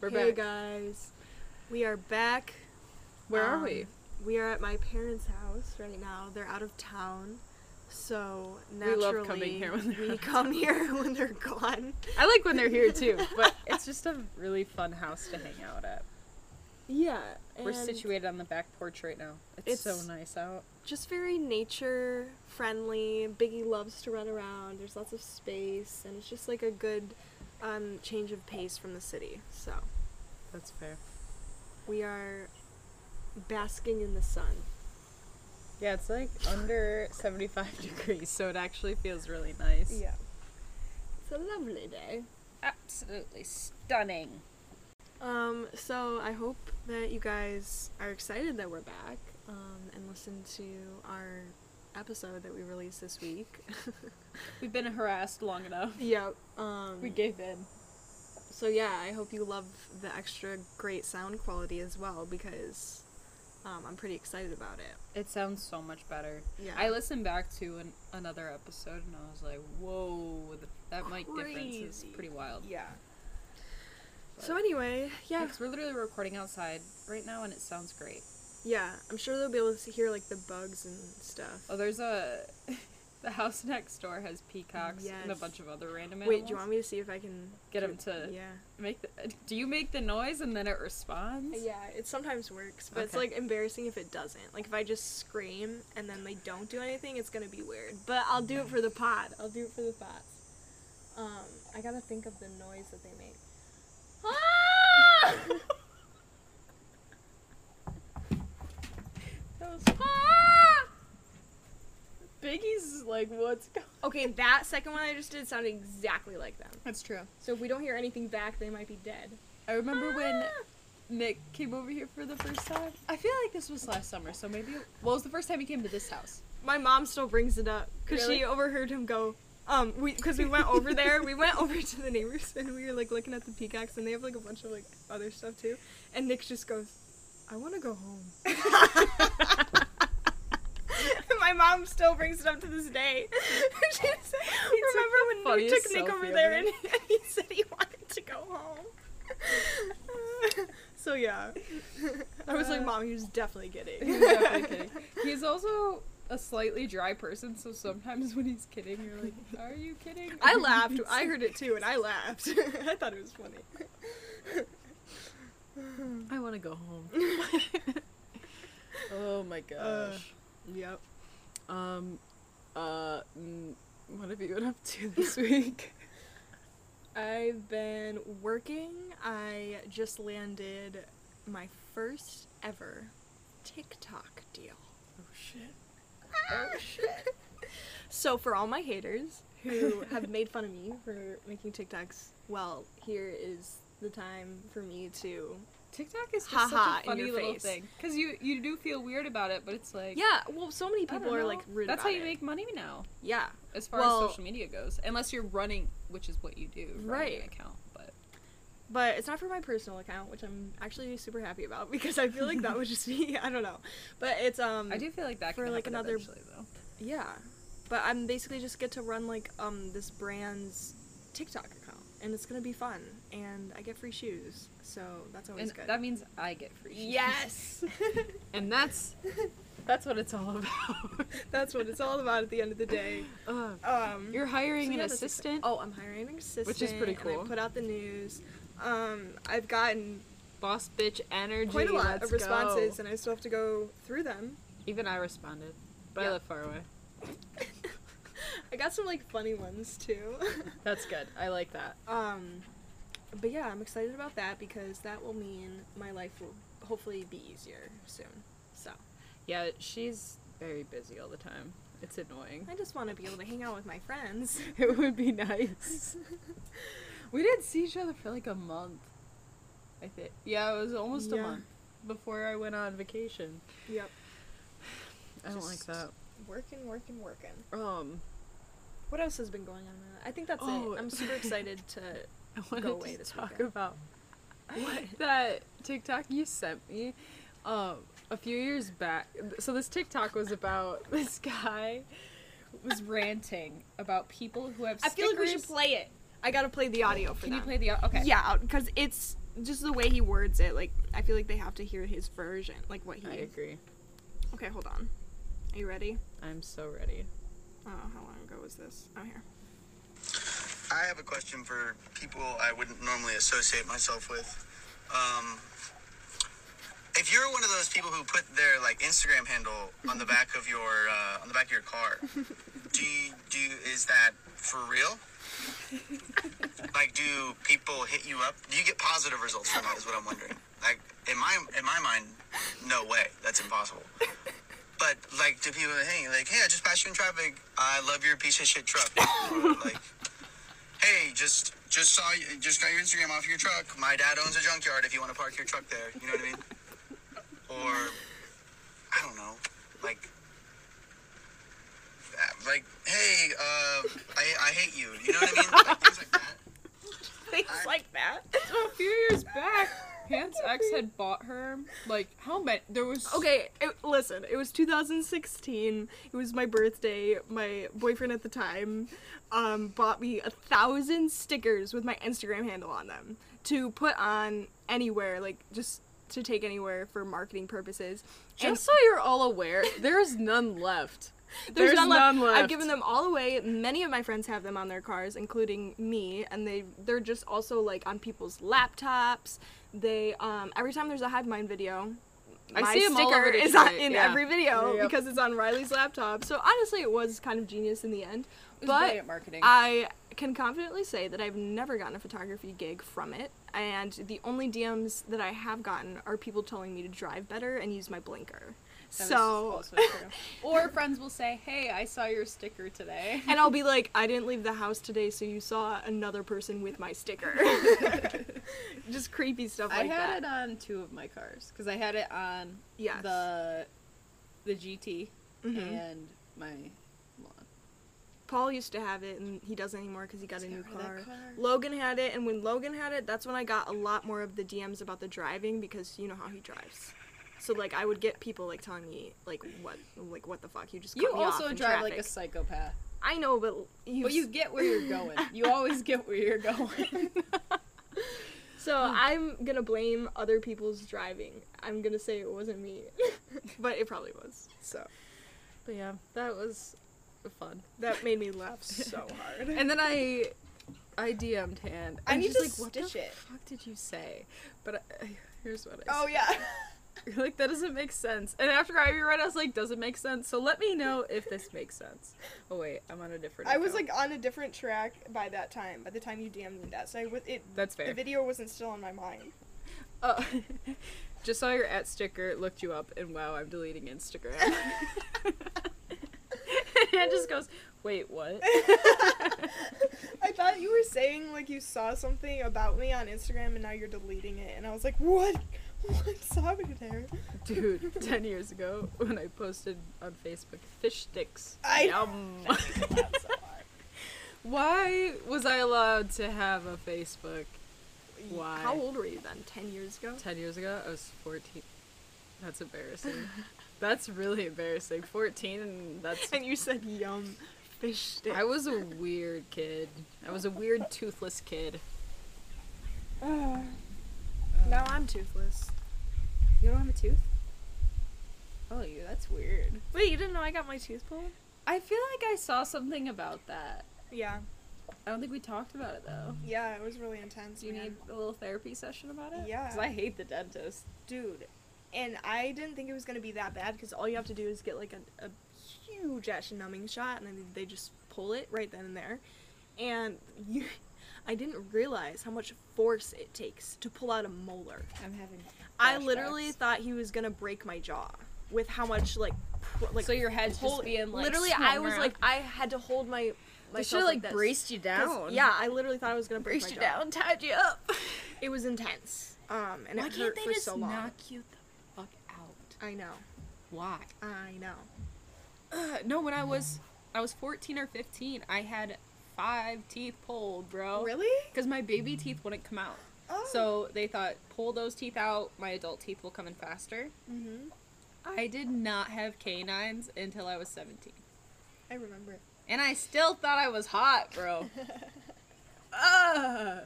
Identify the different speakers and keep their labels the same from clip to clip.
Speaker 1: We're
Speaker 2: hey
Speaker 1: back.
Speaker 2: guys, we are back.
Speaker 1: Where
Speaker 2: Um,
Speaker 1: are we?
Speaker 2: We are at my parents' house right now. They're out of town, so
Speaker 1: We
Speaker 2: naturally
Speaker 1: love coming here when they're
Speaker 2: we
Speaker 1: out of
Speaker 2: come here when they're gone.
Speaker 1: I like when they're here too, but it's just a really fun house to hang out at.
Speaker 2: Yeah,
Speaker 1: We're situated on the back porch right now. It's, so
Speaker 2: It's-
Speaker 1: nice out.
Speaker 2: Just very nature friendly. Biggie loves to run around. There's lots of space, and it's just like a good um, change of pace from the city. So
Speaker 1: That's fair.
Speaker 2: we are basking in the sun.
Speaker 1: Yeah, it's like under 75 degrees, so it actually feels really nice.
Speaker 2: it's a lovely day.
Speaker 1: Absolutely stunning.
Speaker 2: Um, so I hope that you guys are excited that we're back um, and listen to our episode that we released this week.
Speaker 1: We've been harassed long enough.
Speaker 2: yeah. Um,
Speaker 1: We gave in.
Speaker 2: so yeah, I hope you love the extra great sound quality as well because um, I'm pretty excited about it.
Speaker 1: It sounds so much better.
Speaker 2: Yeah.
Speaker 1: I listened back to an, another episode and I was like, whoa, th- that mic difference is
Speaker 2: Crazy.
Speaker 1: pretty wild.
Speaker 2: Yeah. So anyway, yeah,
Speaker 1: Because we're literally recording outside right now and it sounds great.
Speaker 2: yeah. I'm sure they'll be able to hear like the bugs and stuff.
Speaker 1: Oh, there's a. the house next door has peacocks and a
Speaker 2: Yes.
Speaker 1: bunch of other random animals.
Speaker 2: Wait, do you want me to see if I can
Speaker 1: Get
Speaker 2: do-
Speaker 1: 'em to-
Speaker 2: Yeah.
Speaker 1: Make the, do you make the noise and then it responds?
Speaker 2: Yeah, it sometimes works, but it's
Speaker 1: Okay.
Speaker 2: like embarrassing if it doesn't. Like if I just scream and then they don't do anything, it's gonna be weird. But I'll do it for the pod. I'll do it for the pods. Um, I gotta think of the noise that they make. Ah!
Speaker 1: That was- Ah! Biggie's like, what's going?
Speaker 2: okay, that second one I just did sounded exactly like them.
Speaker 1: That's true.
Speaker 2: So if we don't hear anything back, they might be dead.
Speaker 1: I remember when
Speaker 2: Ah!
Speaker 1: Nick came over here for the first time. I feel like this was last summer, so maybe. Well, it was the first time he came to this house.
Speaker 2: My mom still brings it up because
Speaker 1: Really?
Speaker 2: she overheard him go. Um, we because we went over there, we went over to the neighbors and we were like looking at the peacocks and they have like a bunch of like other stuff too, and Nick just goes, "I want to go home." My mom still brings it up to this day. she said, "Remember
Speaker 1: the
Speaker 2: when we took
Speaker 1: funniest
Speaker 2: Nick over
Speaker 1: selfie
Speaker 2: there and,
Speaker 1: ever."
Speaker 2: and he said he wanted to go home." so yeah, I was like,
Speaker 1: Uh,
Speaker 2: "Mom, he was definitely kidding."
Speaker 1: He was definitely kidding. He's also a slightly dry person, so sometimes when he's kidding, you're like, "Are you kidding?"
Speaker 2: I laughed. I heard it too, and I laughed. I thought it was funny.
Speaker 1: I want to go home. oh my
Speaker 2: gosh. Uh, Yep.
Speaker 1: um, uh, what have you been up to this week?
Speaker 2: I've been working. I just landed my first ever TikTok deal.
Speaker 1: Oh shit.
Speaker 2: Oh shit. So for all my haters who have made fun of me for making TikToks, well, here is the time for me to
Speaker 1: TikTok is just
Speaker 2: Ha ha,
Speaker 1: such a
Speaker 2: in your
Speaker 1: funny little
Speaker 2: face.
Speaker 1: thing because you you do feel weird about it, but it's like
Speaker 2: Yeah, well, so many
Speaker 1: I don't
Speaker 2: people are
Speaker 1: know.
Speaker 2: like rude
Speaker 1: That's
Speaker 2: about
Speaker 1: how you
Speaker 2: it.
Speaker 1: make money now,
Speaker 2: Yeah.
Speaker 1: as far
Speaker 2: Well-
Speaker 1: as social media goes, unless you're running, which is what you do, running
Speaker 2: Right.
Speaker 1: An account, but
Speaker 2: but it's not for my personal account, which I'm actually super happy about because I feel like that would just be I don't know, but it's um
Speaker 1: I do feel like that
Speaker 2: for,
Speaker 1: can
Speaker 2: like,
Speaker 1: happen
Speaker 2: another-
Speaker 1: eventually, though.
Speaker 2: yeah, but I'm basically just get to run like um this brand's TikTok account and it's gonna be fun and I get free shoes, so that's always
Speaker 1: and
Speaker 2: good.
Speaker 1: that means I get free. shoes.
Speaker 2: yes,
Speaker 1: and that's that's what it's all about. Uh,
Speaker 2: that's what it's all about at the end of the day.
Speaker 1: Ugh.
Speaker 2: Um,
Speaker 1: you're hiring
Speaker 2: So,
Speaker 1: an
Speaker 2: yeah, that's
Speaker 1: assistant.
Speaker 2: exci- Oh, I'm hiring an assistant,
Speaker 1: pretty
Speaker 2: And
Speaker 1: cool.
Speaker 2: I put out the news. Um, I've gotten
Speaker 1: boss bitch energy.
Speaker 2: quite a lot
Speaker 1: let's
Speaker 2: of responses,
Speaker 1: go.
Speaker 2: and I still have to go through them.
Speaker 1: Even I responded, but
Speaker 2: Yeah.
Speaker 1: I live far away.
Speaker 2: I got some like funny ones too.
Speaker 1: That's good. I like that.
Speaker 2: um, but yeah, I'm excited about that because that will mean my life will hopefully be easier soon. So
Speaker 1: Yeah, she's very busy all the time. It's annoying.
Speaker 2: I just want to be able to hang out with my friends.
Speaker 1: It would be nice. we didn't see each other for like a month. I think. Yeah, it was almost a
Speaker 2: Yeah.
Speaker 1: month before I went on vacation.
Speaker 2: Yep.
Speaker 1: I don't like
Speaker 2: Just-
Speaker 1: that.
Speaker 2: Working, working, working.
Speaker 1: Um,
Speaker 2: What else has been going on? in my life? I think that's
Speaker 1: Oh.
Speaker 2: it. I'm super excited to.
Speaker 1: I wanted
Speaker 2: Go away
Speaker 1: to
Speaker 2: this
Speaker 1: talk
Speaker 2: weekend.
Speaker 1: about
Speaker 2: What?
Speaker 1: that TikTok you sent me um, a few years back. So this TikTok was about this guy was ranting about people who have.
Speaker 2: I feel like we should
Speaker 1: stickers-
Speaker 2: play it. I gotta play the audio for
Speaker 1: Can
Speaker 2: them.
Speaker 1: you play the? Okay.
Speaker 2: Yeah, because it's just the way he words it, like I feel like they have to hear his version, like what he.
Speaker 1: I agree.
Speaker 2: Okay, hold on. Are you ready?
Speaker 1: I'm so ready.
Speaker 2: Oh, how long ago was this? Oh, here.
Speaker 3: I have a question for people I wouldn't normally associate myself with. Um, if you're one of those people who put their like Instagram handle on the back of your uh, on the back of your car, do you, do you, is that for real? Like, do people hit you up? Do you get positive results from that? Is what I'm wondering. Like, in my in my mind, no way, that's impossible. But like, do people hey like hey I just passed you in traffic? I love your piece of shit truck. Or, like, hey just just saw you just got your Instagram off your truck. My dad owns a junkyard. If you want to park your truck there, you know what I mean? Or I don't know, like. uh, Like, hey, uh, I, I hate you. You know what I mean? Like, things like that.
Speaker 2: Things like that.
Speaker 1: So a few years back, Pants X had bought her like how many? There was
Speaker 2: Okay, it, listen. It was 2016. It was my birthday. My boyfriend at the time um, bought me a thousand stickers with my Instagram handle on them to put on anywhere, like just to take anywhere for marketing purposes. And
Speaker 1: Just so you're all aware, there is none left.
Speaker 2: there's, none, left. I've given them all away. Many of my friends have them on their cars, including me, and they they're just also like on people's laptops. They um, every time there's a hive mind video,
Speaker 1: I
Speaker 2: my
Speaker 1: see 'em all
Speaker 2: sticker
Speaker 1: over
Speaker 2: is
Speaker 1: Detroit,
Speaker 2: on, in
Speaker 1: yeah.
Speaker 2: every video
Speaker 1: Yep.
Speaker 2: because it's on Riley's laptop. So honestly, it was kind of genius in the end.
Speaker 1: was
Speaker 2: But
Speaker 1: brilliant marketing.
Speaker 2: I can confidently say that I've never gotten a photography gig from it, and the only DMs that I have gotten are people telling me to drive better and use my blinker.
Speaker 1: That is
Speaker 2: so
Speaker 1: also true. or friends will say, "Hey, I saw your sticker today."
Speaker 2: And I'll be like, I didn't leave the house today, so you saw another person with my sticker. Just creepy stuff
Speaker 1: I
Speaker 2: like
Speaker 1: had uh,
Speaker 2: that.
Speaker 1: it on two of my cars because I had it on
Speaker 2: Yes.
Speaker 1: the the GT
Speaker 2: Mhm.
Speaker 1: and my lawn.
Speaker 2: Paul used to have it, and he doesn't anymore because he got a
Speaker 1: He's
Speaker 2: new
Speaker 1: got rid
Speaker 2: car.
Speaker 1: of that car.
Speaker 2: Logan had it, and when Logan had it, that's when I got a lot more of the DMs about the driving because you know how he drives. So like, I would get people like telling me like what like what the fuck you just
Speaker 1: You
Speaker 2: cut me
Speaker 1: also
Speaker 2: off in
Speaker 1: drive like a
Speaker 2: traffic."
Speaker 1: psychopath,
Speaker 2: I know, but you
Speaker 1: but you get where you're going. You always get where you're going.
Speaker 2: So I'm gonna blame other people's driving. I'm gonna say it wasn't me, but it probably was. So.
Speaker 1: but yeah, that was fun.
Speaker 2: That made me laugh so hard.
Speaker 1: And then I, I DM'd hand.
Speaker 2: I
Speaker 1: I'm
Speaker 2: need
Speaker 1: just
Speaker 2: to
Speaker 1: like, what
Speaker 2: stitch
Speaker 1: the
Speaker 2: it."
Speaker 1: fuck did you say? But I, here's what I.
Speaker 2: Oh yeah.
Speaker 1: You're like, that doesn't make sense. And after I reread, I was like, doesn't make sense. So let me know if this makes sense. Oh wait, I'm on a different.
Speaker 2: I was
Speaker 1: account.
Speaker 2: like on a different track by that time. By the time you DM'd me that, so I was it.
Speaker 1: that's
Speaker 2: The
Speaker 1: fair.
Speaker 2: video wasn't still on my mind.
Speaker 1: oh, just saw your at sticker, looked you up, and wow, I'm deleting Instagram. and it just goes, wait, what?
Speaker 2: I thought you were saying like you saw something about me on Instagram and now you're deleting it, and I was like, what? What's happening there?
Speaker 1: Dude, ten years ago when I posted on Facebook, fish sticks.
Speaker 2: I-
Speaker 1: Yum. Why was I allowed to have a Facebook Why?
Speaker 2: How old were you then? Ten years ago.
Speaker 1: 10 years ago? I was 14. That's embarrassing. That's really embarrassing. 14 and that's
Speaker 2: And you said yum fish stick.
Speaker 1: I was a weird kid. I was a weird toothless kid.
Speaker 2: now I'm toothless.
Speaker 1: You don't have a tooth? Oh, you that's weird.
Speaker 2: Wait, you didn't know I got my tooth pulled?
Speaker 1: I feel like I saw something about that.
Speaker 2: Yeah.
Speaker 1: I don't think we talked about it though.
Speaker 2: Yeah, it was really intense.
Speaker 1: Do you
Speaker 2: man.
Speaker 1: need a little therapy session about it?
Speaker 2: Yeah.
Speaker 1: Cuz I hate the dentist.
Speaker 2: dude and i didn't think it was going to be that bad because all you have to do is get like a, a huge ass numbing shot and then they just pull it right then and there and you i didn't realize how much force it takes to pull out a molar
Speaker 1: I'm having
Speaker 2: i literally thought he was going to break my jaw with how much like pr- like
Speaker 1: So your head's just being, like,
Speaker 2: literally
Speaker 1: swung
Speaker 2: i was
Speaker 1: around.
Speaker 2: like i had to hold my
Speaker 1: They
Speaker 2: myself
Speaker 1: should have like,
Speaker 2: this.
Speaker 1: braced you
Speaker 2: 'Cause-
Speaker 1: down.
Speaker 2: yeah i literally thought i was going to break
Speaker 1: Braced
Speaker 2: my
Speaker 1: you
Speaker 2: jaw
Speaker 1: down, tied you up.
Speaker 2: it was intense um and it hurt for so long
Speaker 1: you the fuck out?
Speaker 2: i know
Speaker 1: Why?
Speaker 2: i know
Speaker 1: Uh, no, when I was I was 14 or 15, I had five teeth pulled, bro.
Speaker 2: Really?
Speaker 1: Because my baby teeth wouldn't come out.
Speaker 2: Oh.
Speaker 1: So they thought, pull those teeth out, my adult teeth will come in faster.
Speaker 2: Mm-hmm.
Speaker 1: I did not have canines until I was 17.
Speaker 2: I remember.
Speaker 1: And I still thought I was hot, bro. Ugh.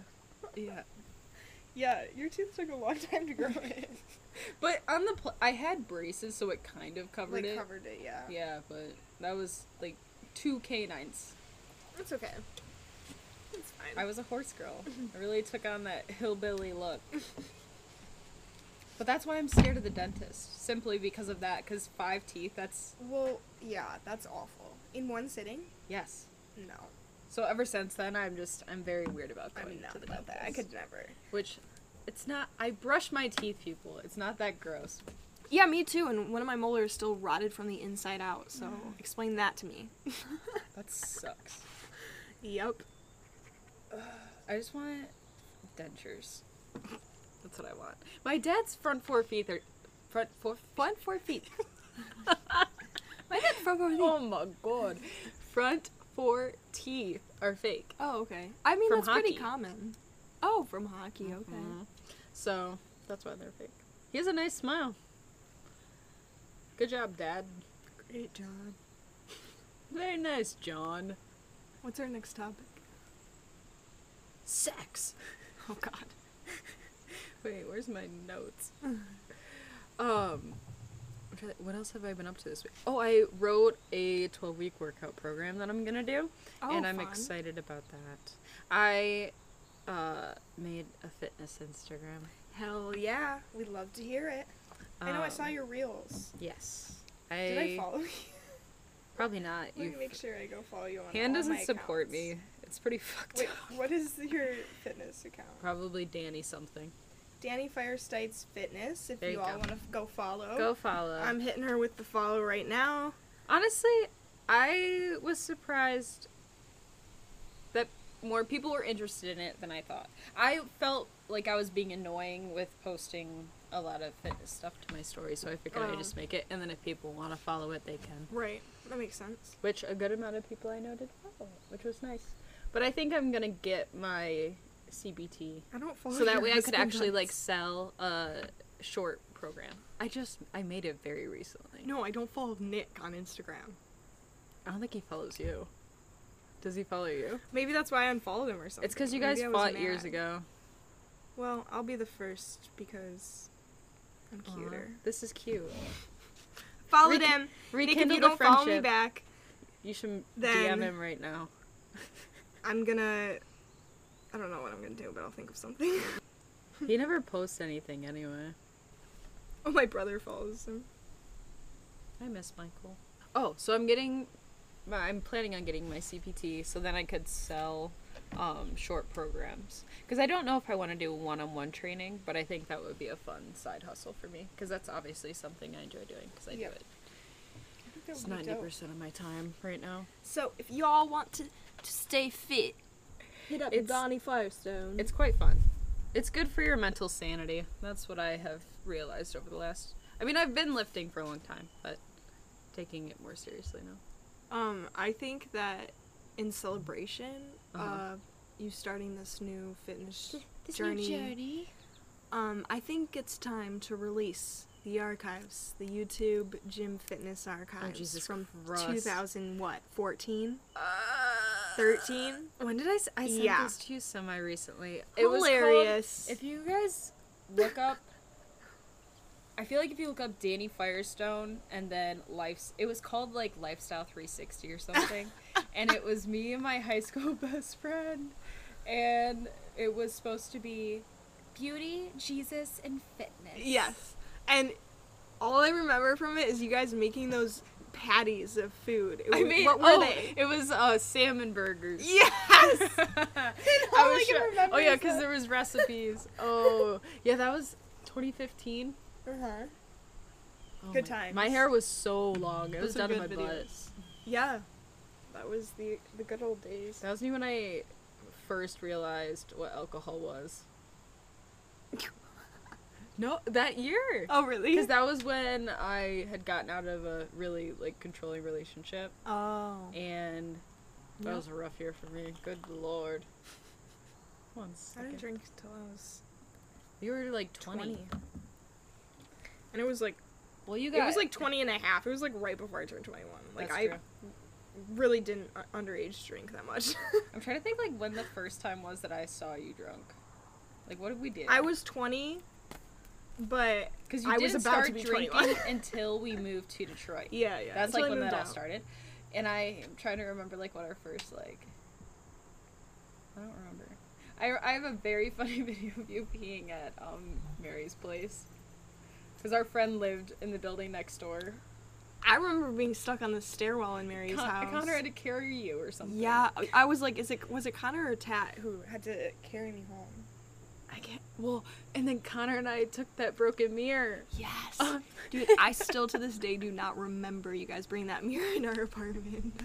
Speaker 1: Yeah.
Speaker 2: Yeah, your teeth took a long time to grow in.
Speaker 1: But on the pl- I had braces, so it kind of covered
Speaker 2: like
Speaker 1: it.
Speaker 2: covered it, yeah.
Speaker 1: Yeah, but that was like two canines.
Speaker 2: It's okay. It's fine.
Speaker 1: I was a horse girl. I really took on that hillbilly look. But that's why I'm scared of the dentist, simply because of that. Because five teeth, that's
Speaker 2: well, yeah, that's awful. In one sitting?
Speaker 1: yes.
Speaker 2: No,
Speaker 1: So ever since then, I'm just I'm very weird about going
Speaker 2: I'm not
Speaker 1: to the
Speaker 2: about
Speaker 1: dentist.
Speaker 2: that. I could never.
Speaker 1: which it's not. I brush my teeth, people. It's not that gross.
Speaker 2: Yeah, me too. And one of my molars still rotted from the inside out. So explain that to me.
Speaker 1: That sucks.
Speaker 2: Yep.
Speaker 1: I just want dentures. That's what I want. My dad's front four feet are front four front four feet.
Speaker 2: My head probably.
Speaker 1: oh my god, front four teeth are fake.
Speaker 2: Oh, okay. I mean,
Speaker 1: From
Speaker 2: that's pretty
Speaker 1: hockey.
Speaker 2: common. Oh, from hockey. Okay.
Speaker 1: So that's why they're fake. He has a nice smile. Good job, Dad.
Speaker 2: Great job.
Speaker 1: Very nice, John.
Speaker 2: What's our next topic?
Speaker 1: Sex.
Speaker 2: Oh God.
Speaker 1: Wait, where's my notes? um, I'm trying to- what else have I been up to this week? Oh, I wrote a 12 week workout program that I'm gonna do,
Speaker 2: Oh,
Speaker 1: and I'm
Speaker 2: fun.
Speaker 1: excited about that. I uh, made a fitness Instagram.
Speaker 2: Hell yeah, we'd love to hear it. I know I saw
Speaker 1: Um,
Speaker 2: your reels.
Speaker 1: Yes. I,
Speaker 2: Did I follow you?
Speaker 1: Probably not.
Speaker 2: Let
Speaker 1: You.
Speaker 2: me make sure I go follow you on.
Speaker 1: Han
Speaker 2: all
Speaker 1: doesn't
Speaker 2: my
Speaker 1: support
Speaker 2: accounts.
Speaker 1: me. It's pretty fucked
Speaker 2: Wait,
Speaker 1: up.
Speaker 2: what is your fitness account?
Speaker 1: Probably Danny something.
Speaker 2: Danny Firestites Fitness. If
Speaker 1: There
Speaker 2: you,
Speaker 1: you
Speaker 2: all
Speaker 1: go.
Speaker 2: want to go follow.
Speaker 1: Go follow.
Speaker 2: Oh. I'm hitting her with the follow right now.
Speaker 1: Honestly, I was surprised that more people were interested in it than I thought. I felt like I was being annoying with posting a lot of fitness stuff to my story, so I figured
Speaker 2: Oh.
Speaker 1: I'd just make it, and then if people want to follow it, they can.
Speaker 2: Right. That makes sense.
Speaker 1: Which a good amount of people I know did follow it, which was nice. But I think I'm gonna get my CBT
Speaker 2: I don't follow.
Speaker 1: so that
Speaker 2: Oh, your
Speaker 1: way I could
Speaker 2: husband
Speaker 1: actually
Speaker 2: on-
Speaker 1: like sell a short program. I just I made it very recently.
Speaker 2: No, I don't follow Nick on Instagram.
Speaker 1: I don't think he follows you. Does he follow you?
Speaker 2: Maybe that's why I unfollowed him or something.
Speaker 1: It's because you guys
Speaker 2: Maybe I was
Speaker 1: fought years
Speaker 2: mad.
Speaker 1: ago.
Speaker 2: Well, I'll be the first because I'm cuter.
Speaker 1: This is cute.
Speaker 2: Followed
Speaker 1: Reki-
Speaker 2: him. Nick, if
Speaker 1: Rekindle
Speaker 2: you
Speaker 1: the
Speaker 2: don't follow me
Speaker 1: friendship.
Speaker 2: back,
Speaker 1: You should
Speaker 2: Then-
Speaker 1: DM him right now.
Speaker 2: I'm gonna. I don't know what I'm gonna do, but I'll think of something.
Speaker 1: He never posts anything anyway.
Speaker 2: oh, my brother follows him.
Speaker 1: I miss Michael. Oh, so I'm getting, my- I'm planning on getting my CPT, so then I could sell um, short programs. Because I don't know if I want to do one-on-one training, but I think that would be a fun side hustle for me. Because that's obviously something I enjoy doing. Because I
Speaker 2: Yep.
Speaker 1: do it. It's ninety percent of my time right now.
Speaker 2: So if y'all want to, to stay fit, hit up
Speaker 1: It's-
Speaker 2: Donnie Firestone.
Speaker 1: It's quite fun. It's good for your mental sanity. That's what I have realized over the last. I mean, I've been lifting for a long time, but taking it more seriously now.
Speaker 2: Um, I think that in celebration
Speaker 1: Uh-huh.
Speaker 2: of you starting this new fitness journey, um, I think it's time to release the archives, the YouTube gym fitness archives
Speaker 1: Jesus
Speaker 2: from
Speaker 1: Christ.
Speaker 2: 2000 what 14, 13.
Speaker 1: When did I? s- I sent
Speaker 2: Yeah.
Speaker 1: these to you semi recently.
Speaker 2: Hilarious.
Speaker 1: It was called, if you guys look up, I feel like if you look up Danny Firestone and then life's, it was called like Lifestyle 360 or something, and it was me and my high school best friend, and it was supposed to be beauty, Jesus, and fitness.
Speaker 2: Yes, and all I remember from it is you guys making those patties of food. It
Speaker 1: I
Speaker 2: was-
Speaker 1: mean,
Speaker 2: what were
Speaker 1: oh,
Speaker 2: they?
Speaker 1: It was uh, salmon burgers.
Speaker 2: Yes.
Speaker 1: I
Speaker 2: all
Speaker 1: was
Speaker 2: I can
Speaker 1: sure-
Speaker 2: remember
Speaker 1: Oh yeah,
Speaker 2: is
Speaker 1: because
Speaker 2: that-
Speaker 1: there was recipes. Oh yeah, that was 2015.
Speaker 2: uh-huh.
Speaker 1: Oh
Speaker 2: Good
Speaker 1: my-
Speaker 2: times.
Speaker 1: My hair was so long. It
Speaker 2: Those
Speaker 1: was
Speaker 2: are
Speaker 1: down to my
Speaker 2: good
Speaker 1: butt.
Speaker 2: videos. Yeah, that was the the good old days.
Speaker 1: That was me when I first realized what alcohol was. No, that year.
Speaker 2: Oh really?
Speaker 1: Because that was when I had gotten out of a really like controlling relationship,
Speaker 2: oh.
Speaker 1: and that
Speaker 2: Yeah.
Speaker 1: was a rough year for me. Good lord. One
Speaker 2: I
Speaker 1: second.
Speaker 2: didn't drink till I was
Speaker 1: You were like 20.
Speaker 2: 20. And it was like
Speaker 1: Well, you
Speaker 2: it
Speaker 1: got
Speaker 2: was like 20 and a half. It was like right before I turned 21. Like
Speaker 1: That's
Speaker 2: I
Speaker 1: true.
Speaker 2: really didn't uh, underage drink that much.
Speaker 1: I'm trying to think like when the first time was that I saw you drunk. Like, what have we did?
Speaker 2: I was 20, but
Speaker 1: because you
Speaker 2: I
Speaker 1: didn't
Speaker 2: was about
Speaker 1: start
Speaker 2: to be
Speaker 1: drinking
Speaker 2: 21.
Speaker 1: until we moved to Detroit.
Speaker 2: yeah, yeah.
Speaker 1: That's
Speaker 2: until I
Speaker 1: like when
Speaker 2: moved
Speaker 1: that all
Speaker 2: out.
Speaker 1: started. And I am trying to remember like what our first like. I don't remember. I, I have a very funny video of you peeing at um, Mary's place. Because our friend lived in the building next door.
Speaker 2: I remember being stuck on the stairwell in Mary's
Speaker 1: Con-
Speaker 2: house.
Speaker 1: Connor had to carry you or something.
Speaker 2: yeah, I- I was like, is it was it Connor or Tat who had to carry me home?
Speaker 1: I can't. Well, and then Connor and I took that broken mirror.
Speaker 2: Yes, Uh, dude. I still to this day do not remember you guys bringing that mirror in our apartment.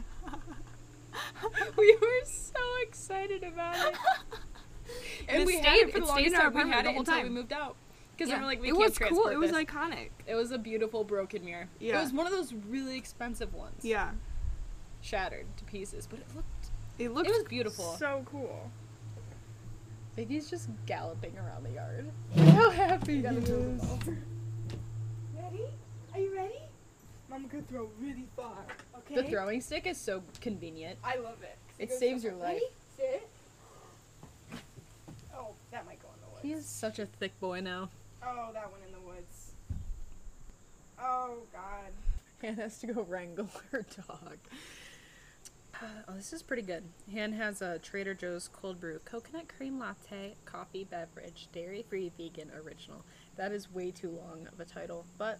Speaker 1: we were so excited about it.
Speaker 2: it
Speaker 1: we
Speaker 2: stayed-
Speaker 1: had it for
Speaker 2: it
Speaker 1: the
Speaker 2: stayed in
Speaker 1: longest
Speaker 2: our
Speaker 1: time. We
Speaker 2: apartment
Speaker 1: had
Speaker 2: the
Speaker 1: it
Speaker 2: whole
Speaker 1: until we
Speaker 2: time.
Speaker 1: moved out. Because
Speaker 2: Yeah.
Speaker 1: then we're like, we
Speaker 2: it
Speaker 1: can't
Speaker 2: was cool.
Speaker 1: transport
Speaker 2: It was
Speaker 1: this.
Speaker 2: iconic.
Speaker 1: It was a beautiful broken mirror. It
Speaker 2: Yeah.
Speaker 1: was one of those really expensive ones.
Speaker 2: Yeah,
Speaker 1: Shattered to pieces, but it looked
Speaker 2: it looked
Speaker 1: it was beautiful.
Speaker 2: so cool.
Speaker 1: Biggie's just galloping around the yard. Look how happy he is.
Speaker 2: Ready? Are you ready? Mom could throw really far. Okay.
Speaker 1: The throwing stick is so convenient.
Speaker 2: I love it.
Speaker 1: It goes saves so your far. life. Ready?
Speaker 2: Sit. Oh, that might go in the woods.
Speaker 1: He is such a thick boy now.
Speaker 2: Oh, that one in the woods. Oh God.
Speaker 1: Han has to go wrangle her dog. Oh, this is pretty good. Han has a Trader Joe's cold brew coconut cream latte coffee beverage, dairy free vegan original. That is way too long of a title, but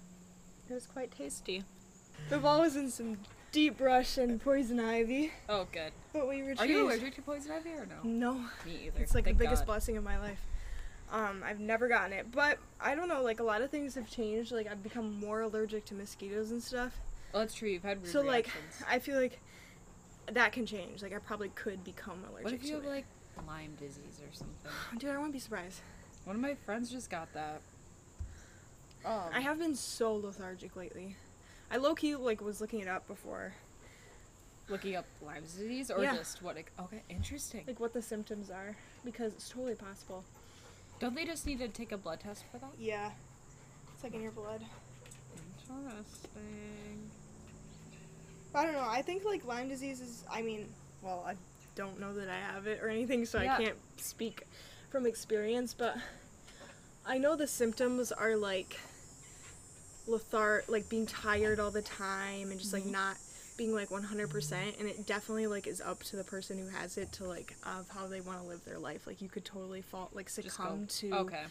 Speaker 1: it was quite tasty.
Speaker 2: The ball was in some deep brush and poison ivy,
Speaker 1: Oh, good.
Speaker 2: but we retrieved.
Speaker 1: Are you allergic to poison ivy or no?
Speaker 2: No.
Speaker 1: Me either.
Speaker 2: It's like
Speaker 1: Thank
Speaker 2: the biggest
Speaker 1: God.
Speaker 2: blessing of my life. Um, I've never gotten it, but I don't know. Like a lot of things have changed. Like I've become more allergic to mosquitoes and stuff.
Speaker 1: Oh, that's true. You've had weird
Speaker 2: so like,
Speaker 1: reactions.
Speaker 2: I feel like that can change. Like I probably could become allergic
Speaker 1: what if you
Speaker 2: to
Speaker 1: have
Speaker 2: it.
Speaker 1: like Lyme disease or something?
Speaker 2: Dude, I wouldn't be surprised.
Speaker 1: One of my friends just got that. Um,
Speaker 2: I have been so lethargic lately. I low key like was looking it up before,
Speaker 1: looking up Lyme disease or
Speaker 2: Yeah.
Speaker 1: just what? It, okay, interesting.
Speaker 2: like what the symptoms are, because it's totally possible.
Speaker 1: Don't they just need to take a blood test for that?
Speaker 2: Yeah, it's like in your blood.
Speaker 1: Interesting.
Speaker 2: I don't know. I think like Lyme disease is. I mean, well, I don't know that I have it or anything, so
Speaker 1: Yeah.
Speaker 2: I can't speak from experience. But I know the symptoms are like lethar, like being tired all the time, and just
Speaker 1: Mm-hmm.
Speaker 2: like not being like 100%. And it definitely like is up to the person who has it to like of how they want to live their life. Like you could totally fall, like
Speaker 1: Just
Speaker 2: succumb
Speaker 1: go-
Speaker 2: to
Speaker 1: Okay.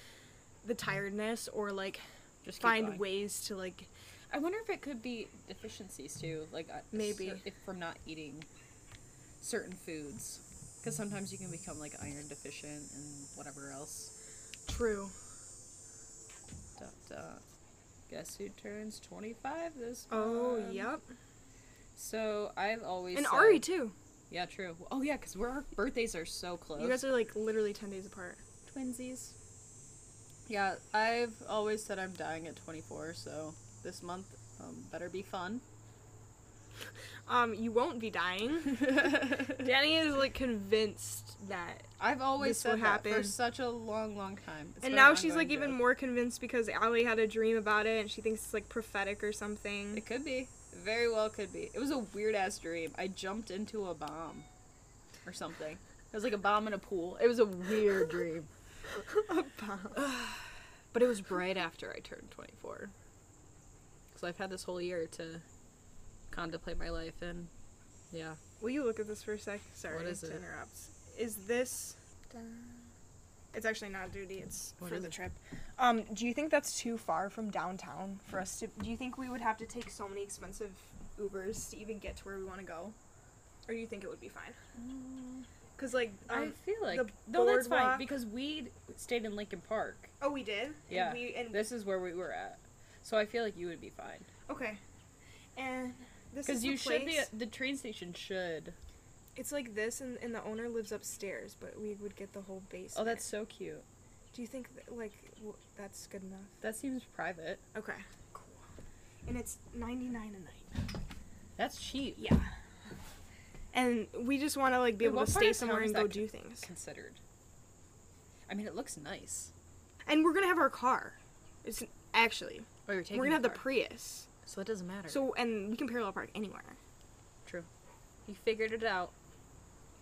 Speaker 2: the tiredness or like
Speaker 1: Just keep
Speaker 2: find
Speaker 1: going.
Speaker 2: ways to like
Speaker 1: I wonder if it could be deficiencies too, like uh,
Speaker 2: Maybe.
Speaker 1: cer- if from not eating certain foods, because sometimes you can become like iron deficient and whatever else.
Speaker 2: true.
Speaker 1: Duh, duh. Guess who turns twenty five this
Speaker 2: Oh,
Speaker 1: month?
Speaker 2: yep.
Speaker 1: So I've always
Speaker 2: And
Speaker 1: said-
Speaker 2: Ari too.
Speaker 1: Yeah, true. Oh yeah, because our birthdays are so close.
Speaker 2: You guys are like literally 10 days apart.
Speaker 1: twinsies. Yeah, I've always said I'm dying at 24, so this month um, better be fun.
Speaker 2: Um, you won't be dying. Danny is like convinced that.
Speaker 1: I've always
Speaker 2: This will
Speaker 1: said that for
Speaker 2: happen.
Speaker 1: such a long, long time. It's
Speaker 2: and
Speaker 1: been
Speaker 2: now
Speaker 1: an
Speaker 2: she's like
Speaker 1: ongoing
Speaker 2: even
Speaker 1: joke.
Speaker 2: more convinced because Allie had a dream about it and she thinks it's like prophetic or something.
Speaker 1: It could be. It Very well could be. It was a weird ass dream. I jumped into a bomb or something. It was like a bomb in a pool. It was a weird dream. But it was right after I turned 24. Because I've had this whole year to contemplate my life and yeah.
Speaker 2: Will you look at this for a sec? Sorry
Speaker 1: What is
Speaker 2: to
Speaker 1: it?
Speaker 2: interrupt. Is this. It's actually not duty, it's
Speaker 1: What
Speaker 2: for
Speaker 1: is
Speaker 2: the
Speaker 1: it?
Speaker 2: trip. Um, do you think that's too far from downtown for us to. Do you think we would have to take so many expensive Ubers to even get to where we want to go? Or do you think it would be fine? Because, like.
Speaker 1: I
Speaker 2: Um,
Speaker 1: feel like
Speaker 2: the
Speaker 1: no, that's fine
Speaker 2: boardwalk-
Speaker 1: because we stayed in Lincoln Park.
Speaker 2: oh, we did? And
Speaker 1: Yeah,
Speaker 2: we, and
Speaker 1: this is where we were at, so I feel like you would be fine
Speaker 2: Okay. And this is
Speaker 1: because you
Speaker 2: the
Speaker 1: should be.
Speaker 2: place-
Speaker 1: The train station should.
Speaker 2: It's like this, and, and the owner lives upstairs, but we would get the whole basement.
Speaker 1: Oh, that's so cute.
Speaker 2: Do you think that, like w- that's good enough?
Speaker 1: That seems private.
Speaker 2: Okay. Cool. And it's ninety nine a night.
Speaker 1: That's cheap.
Speaker 2: Yeah. And we just want to like be
Speaker 1: Wait,
Speaker 2: able
Speaker 1: what
Speaker 2: to
Speaker 1: part
Speaker 2: stay
Speaker 1: of town
Speaker 2: somewhere
Speaker 1: is
Speaker 2: and
Speaker 1: that
Speaker 2: go
Speaker 1: c-
Speaker 2: do things.
Speaker 1: Considered. I mean, it looks nice.
Speaker 2: And we're gonna have our car. It's actually
Speaker 1: Oh, you're taking.
Speaker 2: we're gonna have the
Speaker 1: car,
Speaker 2: Prius.
Speaker 1: so it doesn't matter.
Speaker 2: So and we can parallel park anywhere.
Speaker 1: true. You figured it out.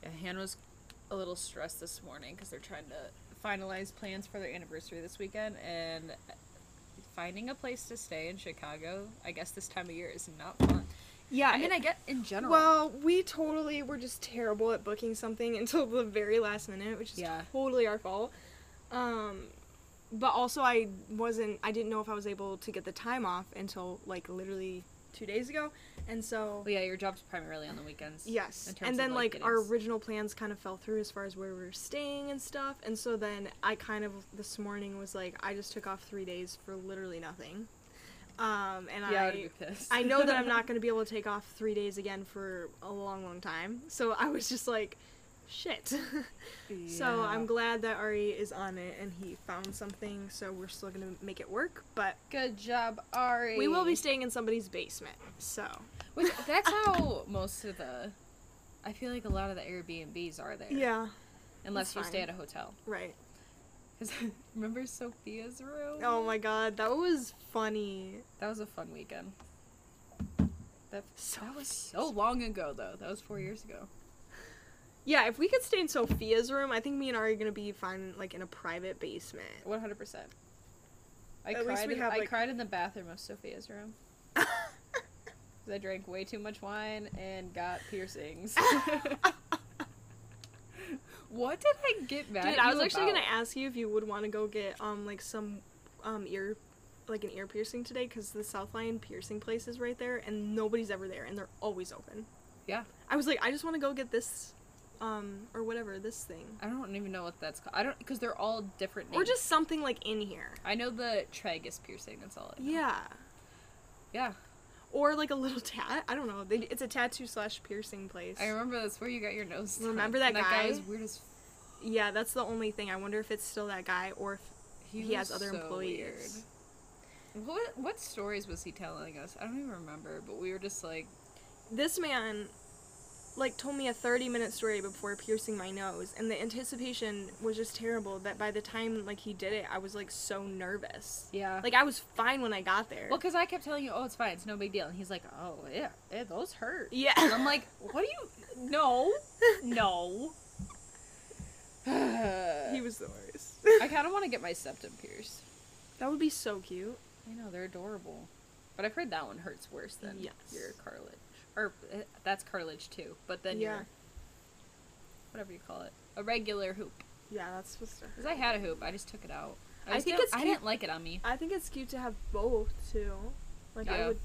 Speaker 1: Yeah, Han was a little stressed this morning because they're trying to finalized plans for their anniversary this weekend, and finding a place to stay in Chicago, I guess this time of year is not fun.
Speaker 2: Yeah,
Speaker 1: I mean, I get in general.
Speaker 2: Well, we totally were just terrible at booking something until the very last minute, which is
Speaker 1: Yeah.
Speaker 2: totally our fault. Um, but also, I wasn't. I didn't know if I was able to get the time off until like literally two days ago, and so
Speaker 1: Well, yeah, your job's primarily on the weekends.
Speaker 2: yes,
Speaker 1: in terms
Speaker 2: and
Speaker 1: of,
Speaker 2: then like,
Speaker 1: getting
Speaker 2: our
Speaker 1: s-
Speaker 2: original plans kind of fell through as far as where we were staying and stuff, and so then I kind of this morning was like, I just took off three days for literally nothing. Um, and
Speaker 1: yeah, I
Speaker 2: I
Speaker 1: would be pissed.
Speaker 2: I know that I'm not going to be able to take off three days again for a long, long time. So I was just like, shit. So I'm glad that Ari is on it and he found something. So we're still going to make it work. But
Speaker 1: Good job, Ari.
Speaker 2: we will be staying in somebody's basement. So
Speaker 1: Which, that's how most of the. I feel like a lot of the Airbnbs are there.
Speaker 2: yeah,
Speaker 1: Unless you
Speaker 2: that's
Speaker 1: stay
Speaker 2: fine.
Speaker 1: at a hotel.
Speaker 2: right.
Speaker 1: 'Cause remember Sophia's room?
Speaker 2: Oh my god, that was funny.
Speaker 1: That was a fun weekend. That,
Speaker 2: So
Speaker 1: that was so long ago, though. That was four years ago.
Speaker 2: Yeah, if we could stay in Sophia's room, I think me and Ari are going to be fine, like in a private basement.
Speaker 1: 100%. I,
Speaker 2: At least
Speaker 1: cried,
Speaker 2: we
Speaker 1: in-
Speaker 2: have,
Speaker 1: I
Speaker 2: like-
Speaker 1: cried in the bathroom of Sophia's room. 'Cause I drank way too much wine and got piercings. what did I get mad
Speaker 2: Dude,
Speaker 1: at
Speaker 2: I
Speaker 1: you
Speaker 2: was actually
Speaker 1: about?
Speaker 2: gonna ask you if you would want to go get um like some um ear like an ear piercing today because the South Lion piercing place is right there and nobody's ever there and they're always open.
Speaker 1: Yeah.
Speaker 2: I was like, I just want to go get this um or whatever this thing
Speaker 1: I don't even know what that's called. I don't because they're all different names.
Speaker 2: or just something like in here.
Speaker 1: I know the tragus piercing. That's all. I know.
Speaker 2: Yeah.
Speaker 1: Yeah.
Speaker 2: Or like a little tat. I don't know. They, it's a tattoo slash piercing place.
Speaker 1: I remember that's where you got your nose. done.
Speaker 2: Remember that
Speaker 1: that guy?
Speaker 2: guy?
Speaker 1: was weird as.
Speaker 2: yeah, that's the only thing. I wonder if it's still that guy or if
Speaker 1: He,
Speaker 2: he,
Speaker 1: was
Speaker 2: has other
Speaker 1: so
Speaker 2: employees.
Speaker 1: weird. What what stories was he telling us? I don't even remember. But we were just like,
Speaker 2: this man like told me a 30 minute story before piercing my nose and the anticipation was just terrible that by the time like he did it i was like so nervous
Speaker 1: yeah. Like,
Speaker 2: like i was fine when i got there
Speaker 1: well, because I kept telling you, oh, it's fine, it's no big deal, and he's like, oh yeah, yeah those hurt.
Speaker 2: yeah
Speaker 1: And I'm like, what do you? No, no.
Speaker 2: he
Speaker 1: I
Speaker 2: was the worst
Speaker 1: kind of want to get my septum pierced.
Speaker 2: that would be so cute
Speaker 1: I know they're adorable, but I've heard that one hurts worse than
Speaker 2: Yes.
Speaker 1: your cartilage, or uh, that's cartilage too. But then
Speaker 2: Yeah.
Speaker 1: your whatever you call it, a regular hoop.
Speaker 2: yeah that's supposed to
Speaker 1: Because I had a hoop, I just took it out. I,
Speaker 2: I
Speaker 1: just
Speaker 2: think
Speaker 1: didn't-
Speaker 2: it's
Speaker 1: I
Speaker 2: cute-
Speaker 1: didn't like it on me.
Speaker 2: i think it's cute to have both too like
Speaker 1: Yeah.
Speaker 2: i would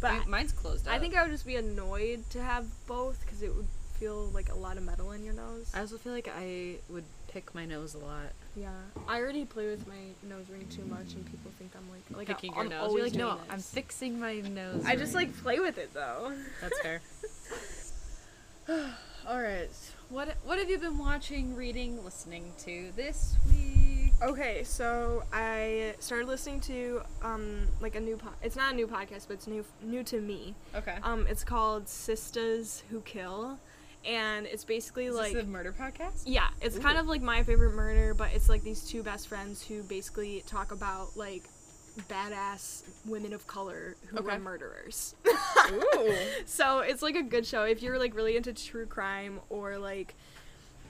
Speaker 2: but
Speaker 1: Dude, mine's closed up.
Speaker 2: i think i would just be annoyed to have both because it would feel like a lot of metal in your nose
Speaker 1: I also feel like I would pick my nose a lot.
Speaker 2: Yeah, I already play with my nose ring too much, and people think I'm like like
Speaker 1: Picking
Speaker 2: I,
Speaker 1: your
Speaker 2: I'm
Speaker 1: nose. You're
Speaker 2: always
Speaker 1: like, no,
Speaker 2: doing
Speaker 1: I'm
Speaker 2: this."
Speaker 1: fixing my nose.
Speaker 2: I just
Speaker 1: ring."
Speaker 2: like play with it though.
Speaker 1: That's fair. All right. What What have you been watching, reading, listening to this week?
Speaker 2: Okay, so I started listening to um like a new po- it's not a new podcast, but it's new new to me.
Speaker 1: Okay.
Speaker 2: Um, it's called Sisters Who Kill, and it's basically
Speaker 1: Is
Speaker 2: like
Speaker 1: this a murder podcast?
Speaker 2: Yeah, it's
Speaker 1: Ooh.
Speaker 2: kind of like my favorite murder, but it's like these two best friends who basically talk about like badass women of color who
Speaker 1: Okay.
Speaker 2: are murderers.
Speaker 1: Ooh.
Speaker 2: so it's like a good show if you're like really into true crime or like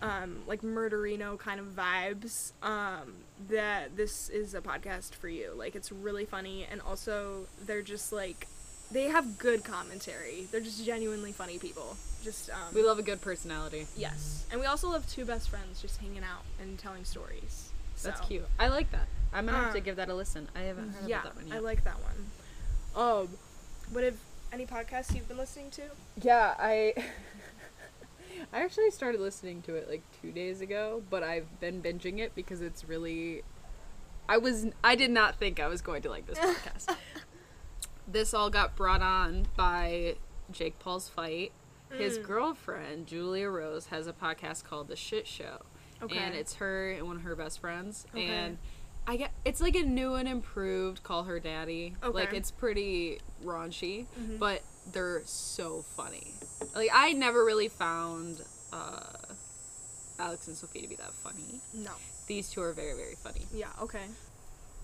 Speaker 2: um like murderino kind of vibes um that this is a podcast for you like it's really funny and also they're just like they have good commentary they're just genuinely funny people just um
Speaker 1: We love a good personality.
Speaker 2: Yes. And we also love two best friends just hanging out and telling stories.
Speaker 1: That's
Speaker 2: So,
Speaker 1: cute. I like that. I'm gonna have to
Speaker 2: Um,
Speaker 1: give that a listen. I haven't heard
Speaker 2: Yeah,
Speaker 1: about that one
Speaker 2: I
Speaker 1: yet.
Speaker 2: like that one. Um, what have any podcasts you've been listening to?
Speaker 1: yeah, I. I actually started listening to it like two days ago, but I've been binging it because it's really. I was. I did not think I was going to like this podcast. this all got brought on by Jake Paul's fight. His
Speaker 2: Mm.
Speaker 1: girlfriend Julia Rose has a podcast called The Shit Show, and
Speaker 2: Okay.
Speaker 1: it's her and one of her best friends.
Speaker 2: Okay.
Speaker 1: And I get it's like a new and improved Call Her Daddy. Like
Speaker 2: Okay.
Speaker 1: it's pretty raunchy,
Speaker 2: Mm-hmm.
Speaker 1: but they're so funny. Like I never really found uh, Alex and Sophie to be that funny.
Speaker 2: No.
Speaker 1: These two are very very funny.
Speaker 2: Yeah, okay.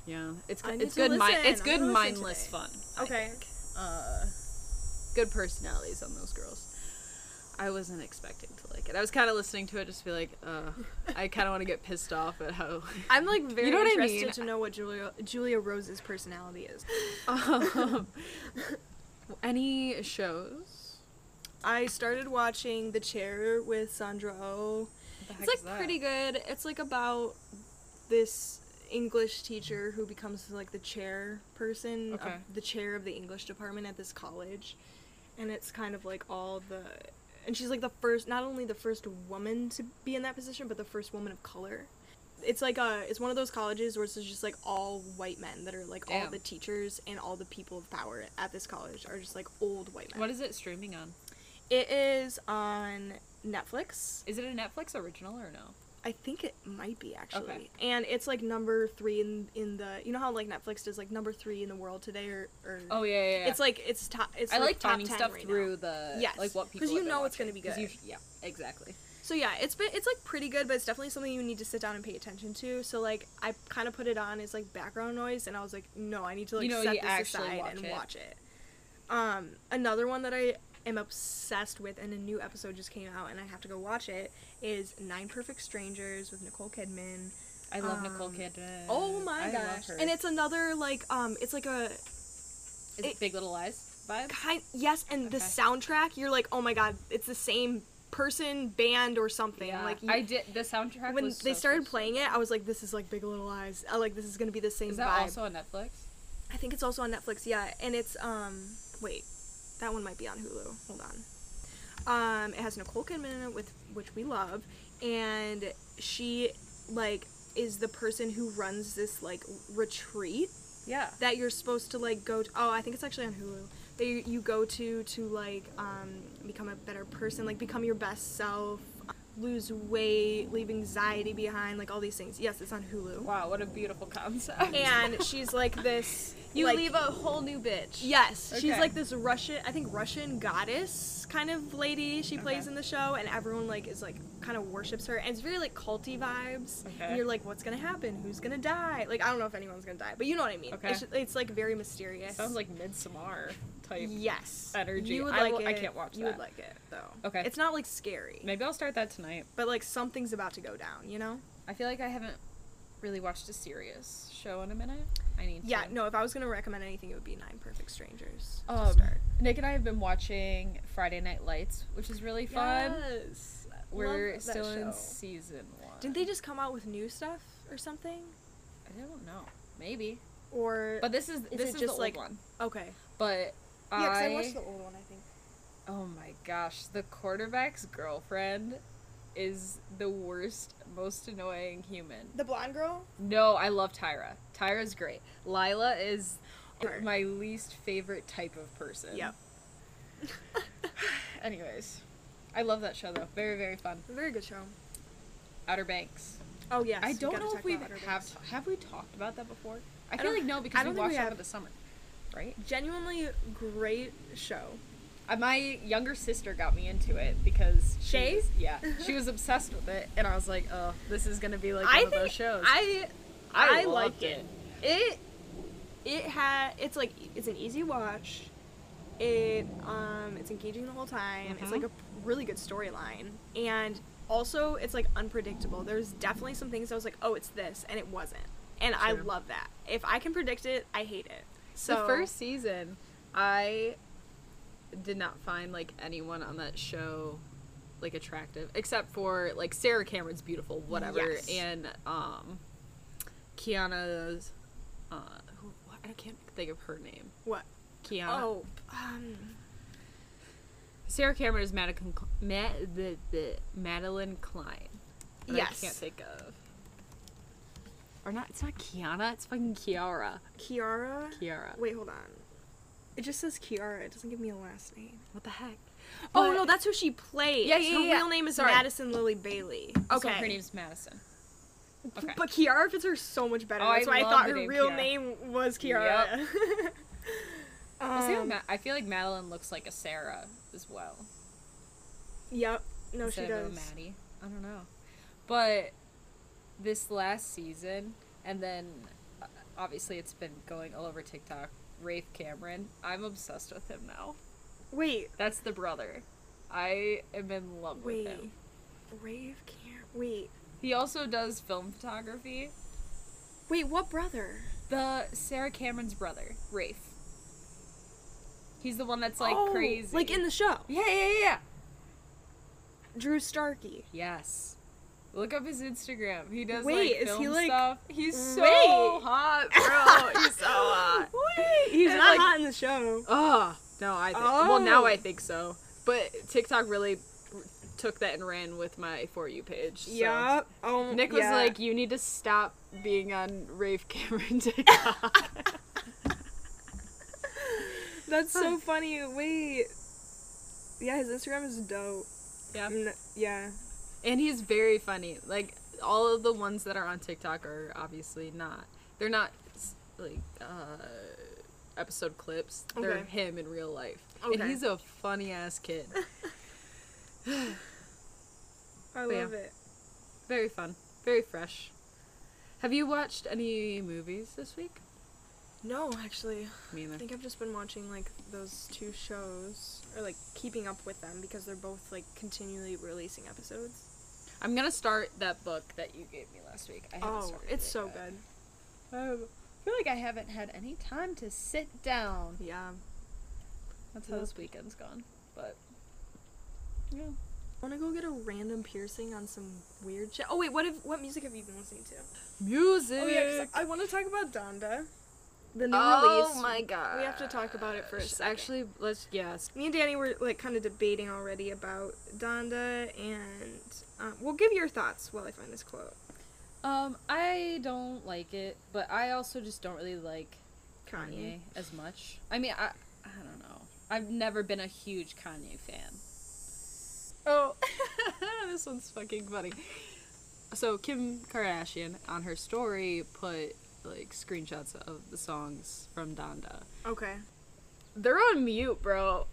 Speaker 1: Yeah, it's
Speaker 2: I
Speaker 1: good.
Speaker 2: need
Speaker 1: It's
Speaker 2: to
Speaker 1: good. Mi-
Speaker 2: listen.
Speaker 1: it's
Speaker 2: I'm
Speaker 1: good.
Speaker 2: gonna listen
Speaker 1: Mindless
Speaker 2: today.
Speaker 1: fun. I
Speaker 2: Okay.
Speaker 1: think. Uh, good personalities on those girls.
Speaker 4: I wasn't expecting to like it. I was kind of listening to it just to be like, uh, I kind of want to get pissed off at how.
Speaker 2: I'm like very
Speaker 4: know what I
Speaker 2: interested
Speaker 4: mean?
Speaker 2: to know what Julia Julia Rose's personality is.
Speaker 4: Um, any shows?
Speaker 2: I started watching The Chair with Sandra Oh. It's like pretty good. It's like about this English teacher who becomes like the chair person, of-
Speaker 1: Okay.
Speaker 2: the chair of the English department at this college, and it's kind of like all the. And she's like the first, not only the first woman to be in that position, but the first woman of color. It's like a, it's one of those colleges where it's just like all white men that are like all
Speaker 1: Damn.
Speaker 2: the teachers and all the people of power at this college are just like old white men.
Speaker 1: What is it streaming on?
Speaker 2: It is on Netflix.
Speaker 1: Is it a Netflix original or no?
Speaker 2: I think it might be actually.
Speaker 1: Okay.
Speaker 2: And it's like number three in in the you know how like Netflix does like number three in the world today or, or
Speaker 1: Oh yeah, yeah. yeah.
Speaker 2: it's like it's top it's
Speaker 1: I like
Speaker 2: top
Speaker 1: finding
Speaker 2: 10
Speaker 1: stuff
Speaker 2: right now.
Speaker 1: through the
Speaker 2: Yes,
Speaker 1: like what
Speaker 2: 'cause
Speaker 1: people
Speaker 2: you
Speaker 1: have been
Speaker 2: know it's
Speaker 1: watching.
Speaker 2: gonna be
Speaker 1: 'Cause
Speaker 2: good.
Speaker 1: yeah, exactly.
Speaker 2: So yeah, it's been it's like pretty good, but it's definitely something you need to sit down and pay attention to. So like I kind of put it on as like background noise, and I was like, no, I need to like
Speaker 1: You know,
Speaker 2: set
Speaker 1: you
Speaker 2: this
Speaker 1: actually
Speaker 2: aside
Speaker 1: watch
Speaker 2: and
Speaker 1: it.
Speaker 2: watch it. Um, another one that I am obsessed with, and a new episode just came out, and I have to go watch it. Is Nine Perfect Strangers with Nicole Kidman.
Speaker 1: I love Nicole
Speaker 2: Um,
Speaker 1: Kidman.
Speaker 2: Oh my
Speaker 1: I love
Speaker 2: gosh!
Speaker 1: her.
Speaker 2: And it's another like um, it's like a
Speaker 1: Is it,
Speaker 2: it-
Speaker 1: Big Little Lies vibe.
Speaker 2: kind yes, and the
Speaker 1: Okay.
Speaker 2: soundtrack. You're like, oh my god, it's the same person, band, or something.
Speaker 1: Yeah,
Speaker 2: Like you-
Speaker 1: I did. The soundtrack
Speaker 2: when
Speaker 1: was
Speaker 2: they
Speaker 1: so
Speaker 2: started
Speaker 1: good.
Speaker 2: playing it, I was like, "This is like Big Little Lies." I, like this is gonna be the same
Speaker 1: Is that
Speaker 2: vibe.
Speaker 1: also on Netflix?
Speaker 2: I think it's also on Netflix. Yeah, and it's um wait, that one might be on Hulu. Hold on. Um, it has Nicole Kidman in it, with which we love, and she like is the person who runs this like retreat
Speaker 1: Yeah.
Speaker 2: that you're supposed to like go to oh i think it's actually on hulu that you, you go to to like um, become a better person like become your best self lose weight leave anxiety behind like all these things yes it's on hulu
Speaker 1: Wow, what a beautiful concept.
Speaker 2: and she's like this like-
Speaker 4: a whole new bitch.
Speaker 2: yes she's
Speaker 1: Okay.
Speaker 2: like this russian i think russian goddess kind of lady she plays
Speaker 1: Okay.
Speaker 2: in the show and everyone like is like kind of worships her and it's very like culty vibes
Speaker 1: Okay.
Speaker 2: and you're like what's gonna happen who's gonna die like i don't know if anyone's gonna die but you know what i mean
Speaker 1: Okay.
Speaker 2: it's, it's like very mysterious
Speaker 1: Sounds like Midsommar type.
Speaker 2: yes
Speaker 1: energy.
Speaker 2: You would
Speaker 1: I
Speaker 2: like
Speaker 1: will-
Speaker 2: it.
Speaker 1: I can't watch
Speaker 2: You would
Speaker 1: that.
Speaker 2: like it though.
Speaker 1: Okay.
Speaker 2: It's not like scary,
Speaker 1: Maybe I'll start that tonight.
Speaker 2: but like something's about to go down. You know?
Speaker 1: I feel like I haven't really watched a serious show in a minute. I need
Speaker 2: Yeah.
Speaker 1: to.
Speaker 2: No. If I was gonna recommend anything, it would be Nine Perfect Strangers. to
Speaker 1: Um,
Speaker 2: start.
Speaker 1: Nick and I have been watching Friday Night Lights, which is really fun.
Speaker 2: Yes. I
Speaker 1: We're
Speaker 2: love that
Speaker 1: still in
Speaker 2: show.
Speaker 1: season one.
Speaker 2: Didn't they just come out with new stuff or something?
Speaker 1: I don't know. Maybe.
Speaker 2: Or
Speaker 1: But this is
Speaker 2: it
Speaker 1: this is
Speaker 2: just
Speaker 1: the
Speaker 2: like-
Speaker 1: old one.
Speaker 2: okay.
Speaker 1: But
Speaker 2: Yeah, because
Speaker 1: I,
Speaker 2: I watched the old one. I think.
Speaker 1: oh my gosh, the quarterback's girlfriend is the worst, most annoying human.
Speaker 2: The blonde girl.
Speaker 1: No, I love Tyra. Tyra's great. Lila is
Speaker 2: Her.
Speaker 1: my least favorite type of person.
Speaker 2: Yep.
Speaker 1: Anyways, I love that show though. Very very fun.
Speaker 2: Very good show.
Speaker 1: Outer Banks.
Speaker 2: Oh yes.
Speaker 1: I
Speaker 2: we
Speaker 1: don't
Speaker 2: gotta
Speaker 1: know
Speaker 2: talk
Speaker 1: if we've
Speaker 2: about Outer
Speaker 1: have
Speaker 2: Banks.
Speaker 1: have we talked about that before. I,
Speaker 2: I
Speaker 1: feel
Speaker 2: don't-
Speaker 1: like no
Speaker 2: I
Speaker 1: because we
Speaker 2: don't think
Speaker 1: watched
Speaker 2: we
Speaker 1: it over
Speaker 2: have.
Speaker 1: the summer, right?
Speaker 2: Genuinely great show.
Speaker 1: Uh, my younger sister got me into it because she
Speaker 2: Shay?
Speaker 1: was- yeah, she was obsessed with it, and I was like, oh, this is gonna be like one
Speaker 2: I
Speaker 1: of those
Speaker 2: think
Speaker 1: shows.
Speaker 2: I I liked
Speaker 1: loved
Speaker 2: it it had it's like it's an easy watch it um it's engaging the whole time it's like a really good storyline and also it's like unpredictable there's definitely some things i was like oh it's this and it wasn't and i
Speaker 1: True.
Speaker 2: love that if i can predict it i hate it so
Speaker 4: the first season, I did not find like anyone on that show like attractive, except for like Sarah Cameron's beautiful, whatever,
Speaker 2: Yes.
Speaker 4: and um, Kiana's. Uh, who, what, I can't think of her name.
Speaker 2: what
Speaker 4: Kiana.
Speaker 2: oh um
Speaker 4: Sarah Cameron is Madeline, Cl- Ma- the, the Madeline Klein. that
Speaker 2: Yes.
Speaker 4: I can't think of. Or not? It's not Kiana. It's fucking Kiara.
Speaker 2: kiara
Speaker 4: Kiara.
Speaker 2: wait hold on it just says kiara it doesn't give me a last name
Speaker 4: What the heck?
Speaker 2: Oh
Speaker 4: But-
Speaker 2: no, that's who she plays.
Speaker 4: Yeah, yeah,
Speaker 2: Her
Speaker 4: yeah.
Speaker 2: real name is
Speaker 4: Sorry.
Speaker 2: Madison Lily Bailey.
Speaker 1: Okay. her name's Madison. Okay.
Speaker 2: But Kiara fits her so much better.
Speaker 1: Oh, I
Speaker 2: that's why I
Speaker 1: love
Speaker 2: thought
Speaker 1: the
Speaker 2: her
Speaker 1: name
Speaker 2: real
Speaker 1: Kiara.
Speaker 2: name was Kiara.
Speaker 1: I'll say what
Speaker 2: Um,
Speaker 1: Ma- I feel like Madeline looks like a Sarah as well.
Speaker 2: yep. No, she
Speaker 1: instead
Speaker 2: does.
Speaker 1: of a Maddie. I don't know. But this last season, and then uh, obviously it's been going all over TikTok. Rafe Cameron, I'm obsessed with him now.
Speaker 2: Wait,
Speaker 1: That's the brother. I am in love
Speaker 2: Wait.
Speaker 1: with him.
Speaker 2: Rave can't. Wait.
Speaker 1: He also does film photography.
Speaker 2: Wait, what brother?
Speaker 1: The Sarah Cameron's brother, Rafe. He's the one that's like
Speaker 2: Oh,
Speaker 1: crazy.
Speaker 2: Like in the show.
Speaker 1: Yeah, yeah, yeah, yeah.
Speaker 2: Drew Starkey.
Speaker 1: Yes. Look up his Instagram. He does
Speaker 2: Wait,
Speaker 1: like
Speaker 2: is
Speaker 1: film
Speaker 2: he, like-
Speaker 1: stuff. He's so
Speaker 2: Wait.
Speaker 1: hot, bro. He's so hot.
Speaker 2: Wait, he's
Speaker 1: And,
Speaker 2: not
Speaker 1: like-
Speaker 2: hot in the show.
Speaker 1: Oh no, I think well now
Speaker 2: Oh.
Speaker 1: I think so. But TikTok really r- took that and ran with my for you page. So.
Speaker 2: Yup. Oh,
Speaker 1: Nick was
Speaker 2: yeah.
Speaker 1: like, "You need to stop being on Rafe Cameron TikTok."
Speaker 2: that's so funny. Wait. Yeah, his Instagram is dope.
Speaker 1: yeah,
Speaker 2: N- yeah.
Speaker 1: and he's very funny. Like all of the ones that are on TikTok are obviously not. They're not s- like uh, episode clips. They're
Speaker 2: Okay.
Speaker 1: him in real life, and
Speaker 2: Okay.
Speaker 1: he's a funny ass kid.
Speaker 2: I
Speaker 1: But Oh, yeah.
Speaker 2: love it.
Speaker 1: Very fun. Very fresh. Have you watched any movies this week?
Speaker 2: No, actually.
Speaker 1: Me
Speaker 2: I
Speaker 1: neither.
Speaker 2: think I've just been watching like those two shows or like keeping up with them because they're both like continually releasing episodes.
Speaker 1: I'm gonna start that book that you gave me last week. I haven't
Speaker 2: Oh,
Speaker 1: started
Speaker 2: it's
Speaker 1: it
Speaker 2: so
Speaker 1: yet.
Speaker 2: good.
Speaker 5: Um, I feel like I haven't had any time to sit down.
Speaker 2: Yeah.
Speaker 5: That's how this weekend's gone. But yeah,
Speaker 2: I want to go get a random piercing on some weird shit. Oh wait, what have, what music have you been listening to?
Speaker 1: Music.
Speaker 2: Oh yeah, 'cause I want to talk about Donda, the new
Speaker 1: Oh
Speaker 2: release.
Speaker 1: my god.
Speaker 2: we have to talk about it for a second.
Speaker 1: Actually, let's yes.
Speaker 2: me and Danny were like kind of debating already about Donda, and um, we'll give your thoughts while I find this quote.
Speaker 5: um, I don't like it, but I also just don't really like Kanye as much. I mean, I I don't know. I've never been a huge Kanye fan.
Speaker 1: Oh, this one's fucking funny. So Kim Kardashian on her story put like screenshots of the songs from Donda.
Speaker 2: Okay.
Speaker 1: They're on mute, bro.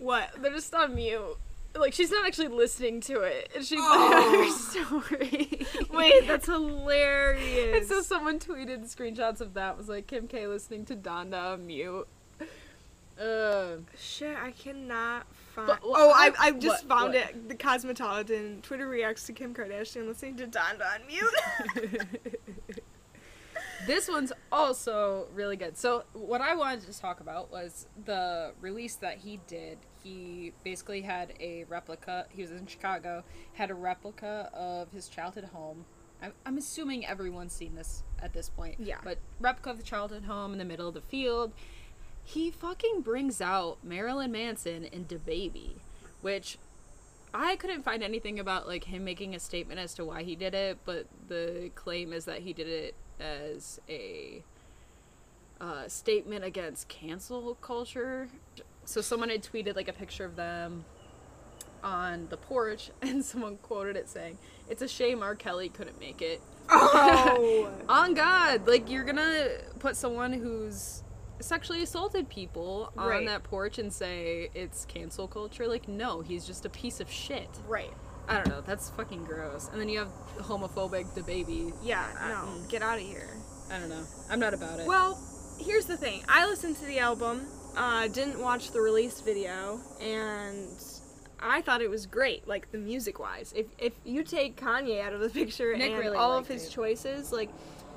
Speaker 2: What?
Speaker 1: They're just on mute. Like she's not actually listening to it, and she put it on her story.
Speaker 2: Oh. Wait, that's hilarious.
Speaker 1: and so someone tweeted screenshots of that was like Kim K listening to Donda on mute. Uh,
Speaker 2: Shit, I cannot find.
Speaker 1: But wha-
Speaker 2: oh, I I just
Speaker 1: what-
Speaker 2: found
Speaker 1: what?
Speaker 2: it. The Cosmopolitan Twitter reacts to Kim Kardashian listening to Donda on mute.
Speaker 1: this one's also really good. So
Speaker 5: So what I wanted to talk about was the release that he did. He basically had a replica. He was in Chicago, had a replica of his childhood home. I'm, I'm assuming everyone's seen this at this point.
Speaker 2: Yeah.
Speaker 5: But replica of the childhood home in the middle of the field.
Speaker 1: he fucking brings out Marilyn Manson and DaBaby, which I couldn't find anything about like him making a statement as to why he did it, but the claim is that he did it as a uh, statement against cancel culture. So someone had tweeted like a picture of them on the porch, and someone quoted it saying, "It's a shame R. Kelly couldn't make it."
Speaker 2: oh.
Speaker 1: on God, like you're gonna put someone who's sexually assaulted people on
Speaker 2: Right.
Speaker 1: that porch and say it's cancel culture? Like, no, he's just a piece of shit.
Speaker 2: Right.
Speaker 1: I don't know. That's fucking gross. And then you have homophobic the baby.
Speaker 2: Yeah.
Speaker 1: Uh-uh.
Speaker 2: No. Get out of here.
Speaker 1: I don't know. I'm not about it.
Speaker 2: Well, here's the thing. I listened to the album, uh, didn't watch the release video, and I thought it was great, like the music wise. If if you take Kanye out of the picture
Speaker 5: Nick
Speaker 2: and
Speaker 5: really
Speaker 2: all of
Speaker 5: liked
Speaker 2: his
Speaker 5: it.
Speaker 2: choices, like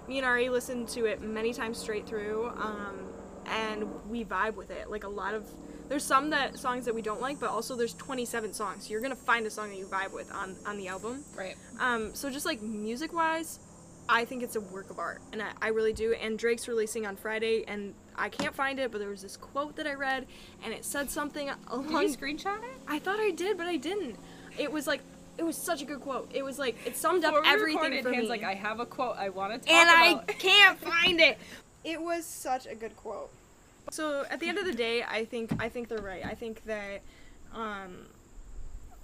Speaker 2: me and Ari listened to it many times straight through, um, and we vibe with it. Like a lot of there's some that songs that we don't like, but also there's 27 songs. So you're gonna find a song that you vibe with on on the album.
Speaker 5: Right.
Speaker 2: Um, so just like music wise, I think it's a work of art, and I, I really do. And Drake's releasing on Friday, and I can't find it, but there was this quote that I read, and it said something
Speaker 5: Did
Speaker 2: along.
Speaker 5: you screenshot it?
Speaker 2: I thought I did, but I didn't. It was like it was such a good quote. It was like it summed up
Speaker 5: Before we
Speaker 2: everything
Speaker 5: recorded,
Speaker 2: for
Speaker 5: Dan's
Speaker 2: me,
Speaker 5: like, I have a quote I want to talk
Speaker 2: and I
Speaker 5: about.
Speaker 2: can't find it. It was such a good quote. So at the end of the day, I think I think they're right. I think that. Um,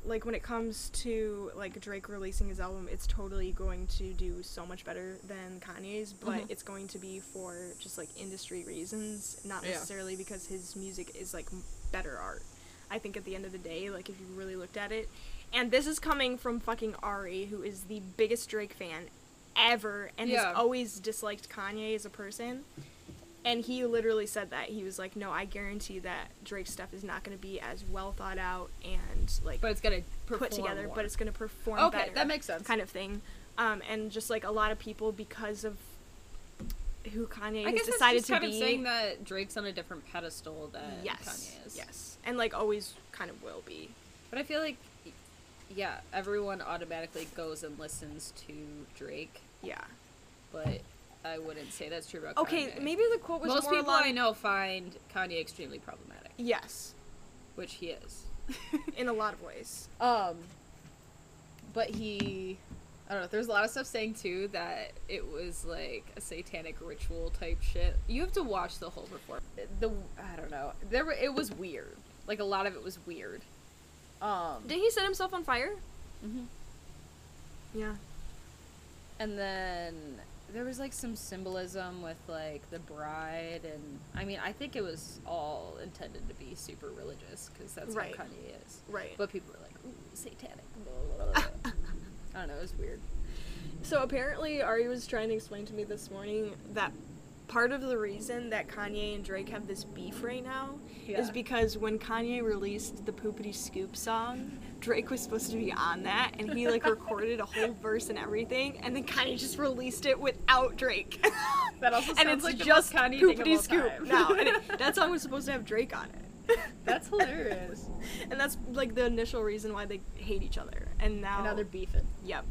Speaker 2: like when it comes to like Drake releasing his album, it's totally going to do so much better than Kanye's, but it's going to be for just like industry reasons, not
Speaker 1: Yeah.
Speaker 2: necessarily because his music is like m- better art. I think at the end of the day, like if you really looked at it, and this is coming from fucking Ari, who is the biggest Drake fan ever and
Speaker 1: Yeah.
Speaker 2: has always disliked Kanye as a person. And he literally said that. He was like, no, I guarantee that Drake's stuff is not going to be as well thought out and, like,
Speaker 1: But it's gonna
Speaker 2: put together, but it's going to perform
Speaker 1: okay.
Speaker 2: better
Speaker 1: That makes sense.
Speaker 2: kind of thing. Um, and just, like, a lot of people, because of who Kanye
Speaker 1: I
Speaker 2: has
Speaker 1: guess it's
Speaker 2: decided
Speaker 1: just
Speaker 2: to
Speaker 1: kind
Speaker 2: be.
Speaker 1: of saying that Drake's on a different pedestal than
Speaker 2: yes.
Speaker 1: Kanye is.
Speaker 2: Yes. And, like, always kind of will be.
Speaker 1: But I feel like, yeah, everyone automatically goes and listens to Drake,
Speaker 2: Yeah.
Speaker 1: but I wouldn't say that's true about
Speaker 2: Okay,
Speaker 1: Kanye.
Speaker 2: maybe the quote was
Speaker 1: Most
Speaker 2: more
Speaker 1: people
Speaker 2: along-
Speaker 1: I know find Kanye extremely problematic,
Speaker 2: Yes.
Speaker 1: which he is.
Speaker 2: In a lot of ways.
Speaker 1: Um, but he, I don't know. There's a lot of stuff saying too that it was like a satanic ritual type shit. You have to watch the whole performance. The I don't know. There were, it was weird. Like a lot of it was weird. Um,
Speaker 2: Did he set himself on fire?
Speaker 1: Mhm.
Speaker 2: Yeah.
Speaker 1: and then there was like some symbolism with like the bride and I mean I think it was all intended to be super religious because that's
Speaker 2: Right.
Speaker 1: how Kanye is.
Speaker 2: Right.
Speaker 1: But people were like, "Ooh, satanic." blah, blah, blah." I don't know. It was weird.
Speaker 2: So apparently, Ari was trying to explain to me this morning that part of the reason that Kanye and Drake have this beef right now is
Speaker 1: Yeah.
Speaker 2: because when Kanye released the Poopity Scoop song, Drake was supposed to be on that, and he like recorded a whole verse and everything, and then Kanye just released it without Drake.
Speaker 1: That also
Speaker 2: and
Speaker 1: sounds
Speaker 2: it's
Speaker 1: like the
Speaker 2: just
Speaker 1: most Kanye thing of
Speaker 2: Poopity
Speaker 1: all
Speaker 2: Scoop
Speaker 1: time.
Speaker 2: now. And it- that song was supposed to have Drake on it.
Speaker 1: That's hilarious.
Speaker 2: And that's like the initial reason why they hate each other. And now,
Speaker 1: and now they're beefing.
Speaker 2: Yep.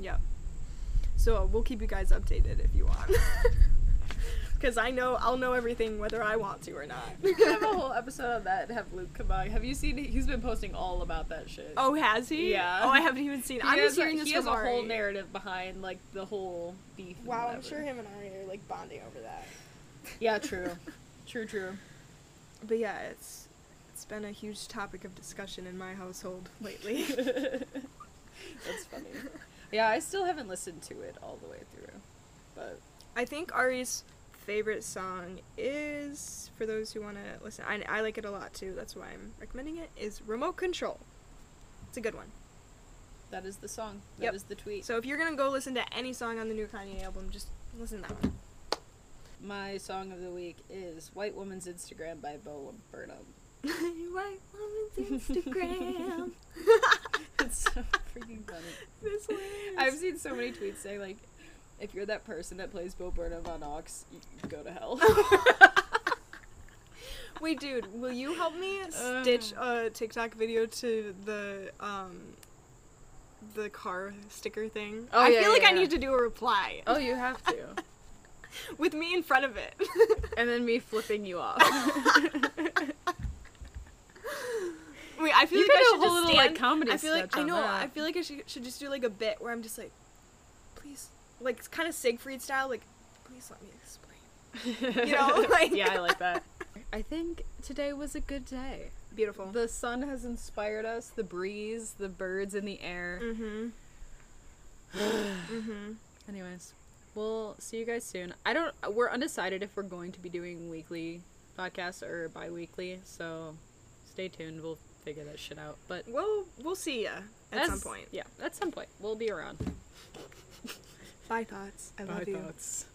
Speaker 2: Yep. So we'll keep you guys updated if you want. Because I know I'll know everything whether I want to or not.
Speaker 1: We have a whole episode on that and have Luke come on. Have you seen? He's been posting all about that shit.
Speaker 2: oh, has he?
Speaker 1: Yeah.
Speaker 2: Oh, I haven't even seen.
Speaker 1: He
Speaker 2: I'm just
Speaker 1: has,
Speaker 2: hearing
Speaker 1: a,
Speaker 2: this
Speaker 1: he
Speaker 2: from
Speaker 1: has a whole
Speaker 2: Ari.
Speaker 1: narrative behind like the whole beef. and whatever.
Speaker 2: him and Ari are like bonding over that.
Speaker 1: Yeah, true, true, true.
Speaker 2: But yeah, it's it's been a huge topic of discussion in my household lately.
Speaker 1: That's funny. Yeah, I still haven't listened to it all the way through, but
Speaker 2: I think Ari's favorite song is for those who want to listen. I, I like it a lot too. That's why I'm recommending it. Is Remote Control. It's a good one.
Speaker 1: that is the song. That is
Speaker 2: Yep.
Speaker 1: the tweet.
Speaker 2: So if you're gonna go listen to any song on the new Kanye album, just listen to that one.
Speaker 1: My song of the week is "White Woman's Instagram" by Bo Burnham.
Speaker 2: White woman's Instagram.
Speaker 1: It's so freaking funny.
Speaker 2: this one.
Speaker 1: I've seen so many tweets saying like, if you're that person that plays Bo Burnham on Ox, you you go to hell.
Speaker 2: Wait, dude, will you help me stitch a TikTok video to the um the car sticker thing?
Speaker 1: Oh,
Speaker 2: I
Speaker 1: yeah,
Speaker 2: feel like
Speaker 1: yeah,
Speaker 2: I
Speaker 1: yeah.
Speaker 2: need to do a reply
Speaker 1: oh, you have to.
Speaker 2: with me in front of it.
Speaker 1: And then me flipping you off.
Speaker 2: Wait, I feel
Speaker 1: You
Speaker 2: like I
Speaker 1: could do a
Speaker 2: should just
Speaker 1: whole little, like,
Speaker 2: stand.
Speaker 1: comedy
Speaker 2: I feel like
Speaker 1: sketch
Speaker 2: I
Speaker 1: on
Speaker 2: know.
Speaker 1: that.
Speaker 2: I feel like I should, should just do like a bit where I'm just like, please, like kind of Siegfried style, like please let me explain. You know, like-
Speaker 1: yeah, I like that. I think today was a good day.
Speaker 2: Beautiful.
Speaker 1: The sun has inspired us, the breeze, the birds in the air.
Speaker 2: mm-hmm. mm-hmm.
Speaker 1: Anyways, we'll see you guys soon. I don't we're undecided if we're going to be doing weekly podcasts or bi-weekly, so stay tuned. We'll figure that shit out. But
Speaker 2: We'll we'll see ya at
Speaker 1: as-
Speaker 2: some point.
Speaker 1: Yeah, at some point. We'll be around.
Speaker 2: Bye thoughts. I love you.
Speaker 1: thoughts.